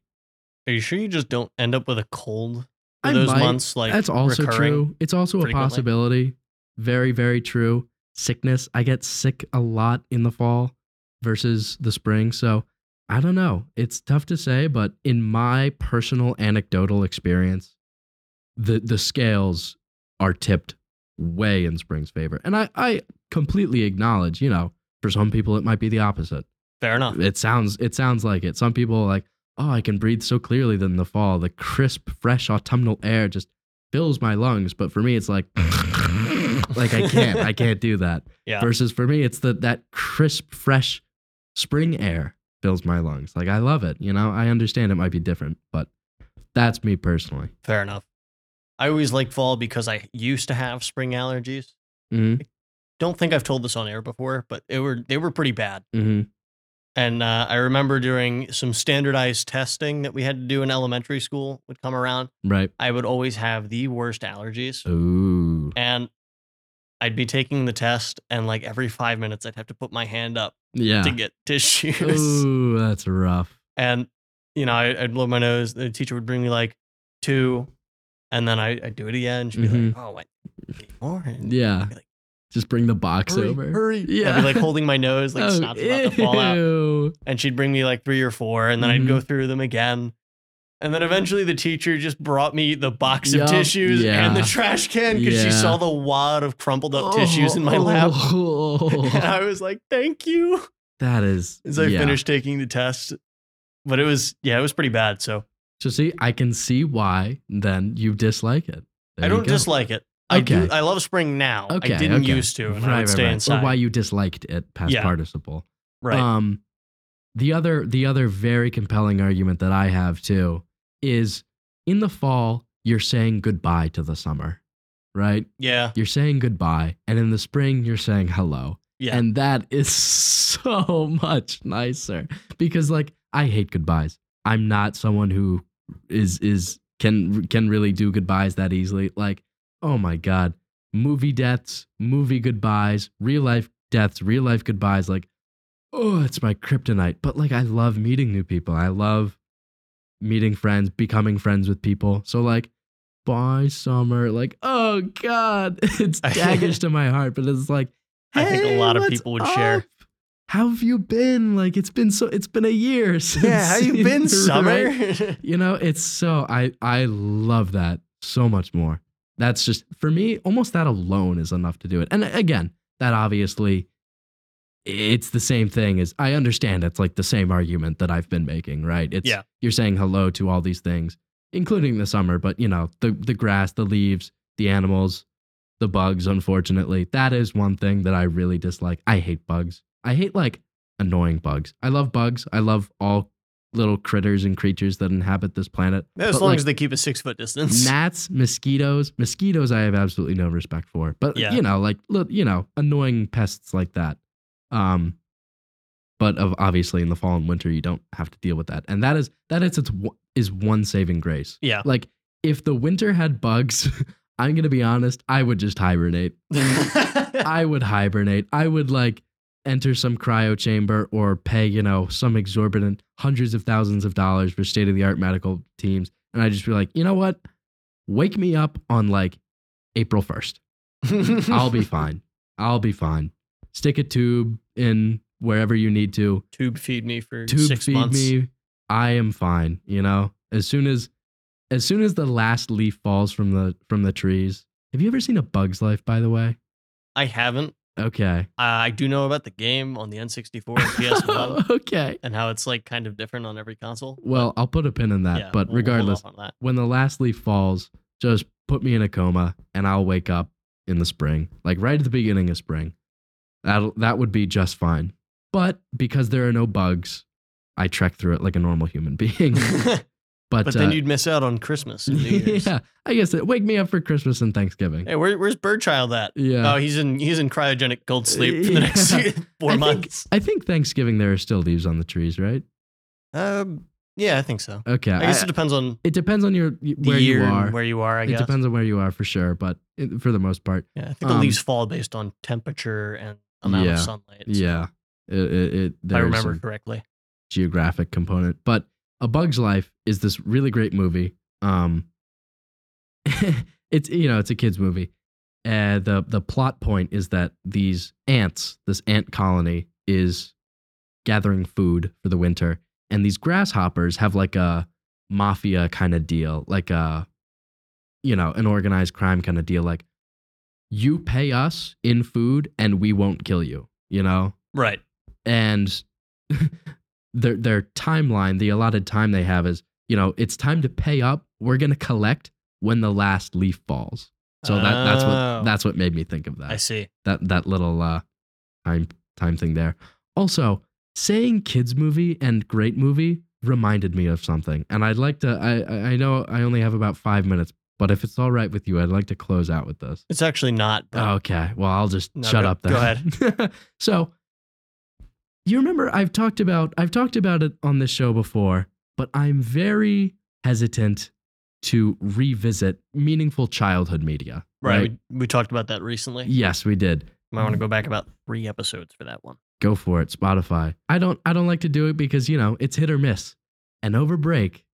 Are you sure you just don't end up with a cold for I those might. months? Like That's also recurring? true. It's also frequently. a possibility. Very, very true. Sickness. I get sick a lot in the fall versus the spring. So I don't know. It's tough to say, but in my personal anecdotal experience, the the scales are tipped way in spring's favor. And I, I completely acknowledge, you know, for some people it might be the opposite Fair enough. it sounds it sounds like it. Some people are like, oh, I can breathe so clearly than the fall. The crisp, fresh autumnal air just fills my lungs. But for me, it's like, like I can't, I can't do that. Yeah. Versus for me, it's the that crisp, fresh spring air fills my lungs. Like I love it. You know, I understand it might be different, but that's me personally. Fair enough. I always like fall because I used to have spring allergies. hmm Don't think I've told this on air before, but they were they were pretty bad. hmm And uh, I remember during some standardized testing that we had to do in elementary school would come around. Right. I would always have the worst allergies, Ooh. and I'd be taking the test, and like every five minutes, I'd have to put my hand up Yeah. to get tissues. Ooh, that's rough. and you know I, i'd blow my nose the teacher would bring me like two and then I, i'd do it again she'd be like oh wait need more and Mm-hmm. Yeah. Be like, Just bring the box hurry, over. hurry Yeah. Oh, i'd be like holding my nose like snot's about to fall out ew. Mm-hmm. and she'd bring me like three or four and then i'd go through them again and then eventually the teacher just brought me the box of Yup, tissues and the yeah. trash can because she Yeah. saw the wad of crumpled up Oh, tissues in my lap and oh. i was like thank you that is. as i yeah. finished taking the test but it was yeah it was pretty bad so So see, I can see why then you dislike it. I There you don't go. dislike it. I do. Okay. I love spring now. Okay. I didn't okay. used to, and Right, I right, would stay right. inside. Or why you disliked it past Yeah. participle. right. Um, the other the other very compelling argument that I have too is in the fall you're saying goodbye to the summer, right? yeah. You're saying goodbye, and in the spring you're saying hello. Yeah. And that is so much nicer because like I hate goodbyes. I'm not someone who is is can can really do goodbyes that easily. Like, oh my god, movie deaths, movie goodbyes, real life deaths, real life goodbyes like oh, it's my kryptonite. But like, I love meeting new people. I love meeting friends, becoming friends with people. So like, bye, summer. Like, oh god, it's daggers to my heart. But it's like, I think a "Hey, lot of what's people would share." up? How have you been? Like, it's been so. It's been a year. Since Yeah, how you been, right? summer? You know, it's so I I love that so much more. That's just for me, almost that alone is enough to do it. And again, that obviously it's the same thing as I understand it's like the same argument that I've been making, right? It's Yeah. you're saying hello to all these things, including the summer, but you know, the the grass, the leaves, the animals, the bugs, unfortunately. That is one thing that I really dislike. I hate bugs. I hate like annoying bugs. I love bugs. I love all little critters and creatures that inhabit this planet. as But, long like, as they keep a six foot distance. Gnats, mosquitoes, mosquitoes. I have absolutely no respect for, but Yeah. you know, like look, you know, annoying pests like that. Um, but of obviously in the fall and winter, you don't have to deal with that, and that is that is its one- is one saving grace. Yeah. Like if the winter had bugs, I'm gonna be honest, I would just hibernate. I would hibernate. I would like enter some cryo chamber or pay, you know, some exorbitant hundreds of thousands of dollars for state of the art medical teams. And I'd just be like, you know what? Wake me up on like April 1st. I'll be fine. I'll be fine. Stick a tube in wherever you need to. tube feed me for Tube six feed months. me. I am fine, you know? As soon as as soon as the last leaf falls from the from the trees. Have you ever seen a bug's life, by the way? I haven't. Okay. I do know about the game on the N64 and PS1 okay. and how it's like kind of different on every console. Well, I'll put a pin in that. Yeah, but we'll- we'll hold regardless, off on that. when the last leaf falls, just put me in a coma and I'll wake up in the spring, like right at the beginning of spring. That that would be just fine. But because there are no bugs, I trek through it like a normal human being. but, But, then uh, you'd miss out on Christmas and New Year's. yeah, I guess it, wake me up for Christmas and Thanksgiving. Hey, where, where's Birdchild at? Yeah. Uh, Oh, he's in he's in cryogenic cold sleep for the next Yeah. four I think- months. I think Thanksgiving there are still leaves on the trees, right? Um, yeah, I think so. Okay. I guess I- it depends on it depends on your the where year you are. and where you are. I it guess. depends on where you are for sure, but it, for the most part, Yeah, I think the Um, leaves fall based on temperature and amount Yeah, of sunlight. so yeah, it, it, it if I there is remember some- correctly. geographic component. But A Bug's Life is this really great movie. Um, it's you know it's a kids movie. Uh, the the plot point is that these ants, this ant colony, is gathering food for the winter, and these grasshoppers have like a mafia kind of deal, like a you know an organized crime kind of deal, like. You pay us in food and we won't kill you, you know? Right. and their their timeline, the allotted time they have is, you know, it's time to pay up. We're gonna collect when the last leaf falls. So that, that's Oh. what that's what made me think of that I see. that that little uh, time time thing there. Also, saying kids movie and great movie reminded me of something, and I'd like to. I I I know I only have about five minutes, but if it's all right with you, I'd like to close out with this. It's actually not. but- Oh, Okay. Well, I'll just No, shut go- up then. go ahead. so, you remember I've talked about I've talked about it on this show before, but I'm very hesitant to revisit meaningful childhood media. right. We, we talked about that recently. Yes, we did. Might want to go back about three episodes for that one. Go for it, Spotify. I don't I don't like to do it because, you know, it's hit or miss. And over break,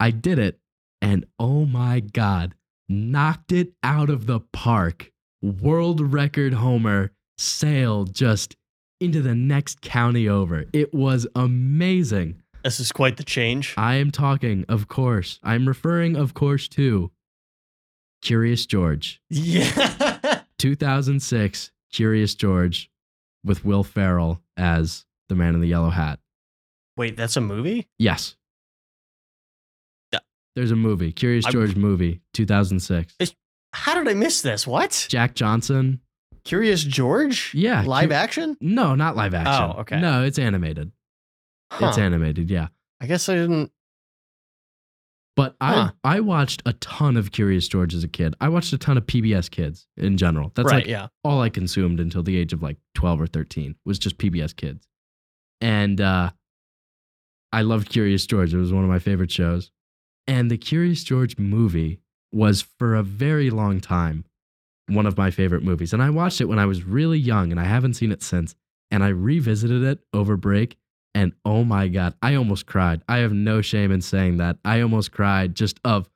I did it and oh my god, knocked it out of the park. World record homer sailed just into the next county over. It was amazing. This is quite the change. I am talking, of course. I'm referring, of course, to Curious George. yeah. 2006 Curious George with Will Ferrell as the man in the yellow hat. Wait, that's a movie? Yes. Yeah. There's a movie, Curious I'm- George movie, 2006. How did I miss this? What? Jack Johnson. Curious George? Yeah. Live Cu- action? No, not live action. Oh, okay. No, it's animated. Huh. It's animated, yeah. I guess I didn't. But Huh. I I watched a ton of Curious George as a kid. I watched a ton of PBS Kids in general. That's right. like yeah. all I consumed until the age of like 12 or 13 was just PBS Kids. And uh, I loved Curious George. It was one of my favorite shows. And the Curious George movie was for a very long time one of my favorite movies. And I watched it when I was really young and I haven't seen it since. and I revisited it over break. And oh my God, I almost cried. I have no shame in saying that. I almost cried just of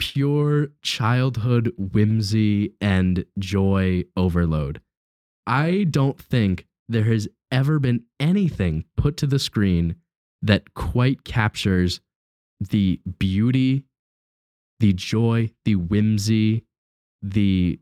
pure childhood whimsy and joy overload. I don't think there has ever been anything put to the screen that quite captures the beauty, the joy, the whimsy, the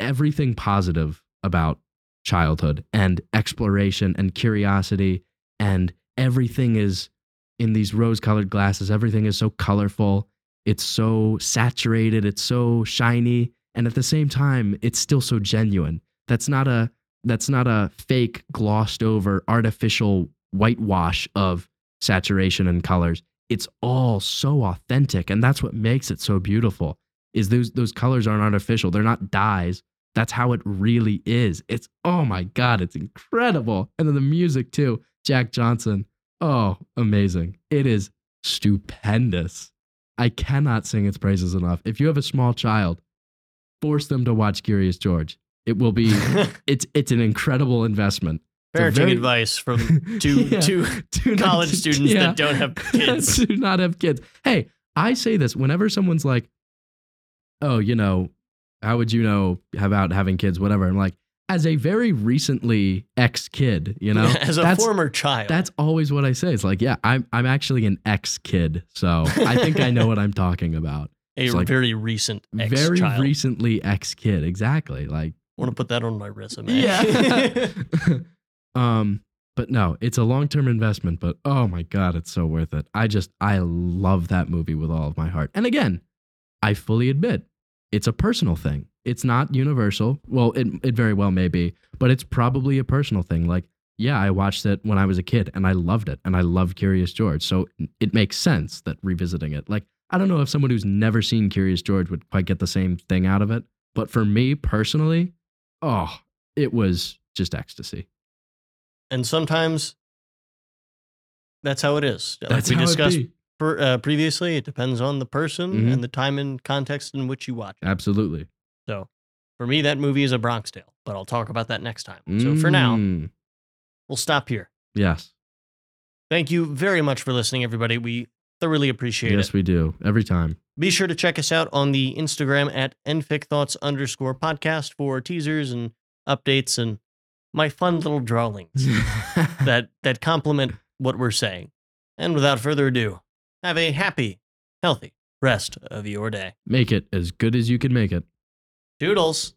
everything positive about childhood and exploration and curiosity and everything is in these rose colored glasses everything is so colorful it's so saturated it's so shiny and at the same time it's still so genuine that's not a that's not a fake glossed over artificial whitewash of saturation and colors it's all so authentic and that's what makes it so beautiful is those those colors aren't artificial they're not dyes that's how it really is. It's oh my god, it's incredible. And then the music too, Jack Johnson. Oh, amazing. It is stupendous. I cannot sing its praises enough. If you have a small child, force them to watch Curious George. It will be it's it's an incredible investment. It's a Parenting very- advice from two Yeah. two Do not- college students yeah. that don't have kids. do not have kids. Hey, I say this whenever someone's like, "Oh, you know, how would you know about having kids?" Whatever. I'm like, as a very recently ex kid, you know, as a that's former child. that's always what I say. It's like, yeah, I'm I'm actually an ex kid, so I think I know what I'm talking about. a it's like- very recent ex very child. recently ex kid, exactly. Like. Want to put that on my resume? eh? Yeah. um, but no, it's a long term investment, but oh my God, it's so worth it. I just, I love that movie with all of my heart. And again, I fully admit it's a personal thing. It's not universal. Well, it, it very well may be, but it's probably a personal thing. Like, yeah, I watched it when I was a kid and I loved it and I love Curious George. So it makes sense that revisiting it, like, I don't know if someone who's never seen Curious George would quite get the same thing out of it. But for me personally, oh, it was just ecstasy. and sometimes that's how it is. Like That's we how it discussed be. per, uh, previously, it depends on the person Mhm. and the time and context in which you watch. it. Absolutely. So, for me, that movie is a Bronx Tale, but I'll talk about that next time. So for now, Mm, we'll stop here. yes, Thank you very much for listening, everybody. We thoroughly appreciate it. yes, we do every time. Be sure to check us out on the Instagram at nficthoughts underscore podcast for teasers and updates and my fun little drawings that that complement what we're saying. And without further ado, have a happy, healthy rest of your day. make it as good as you can make it. Toodles.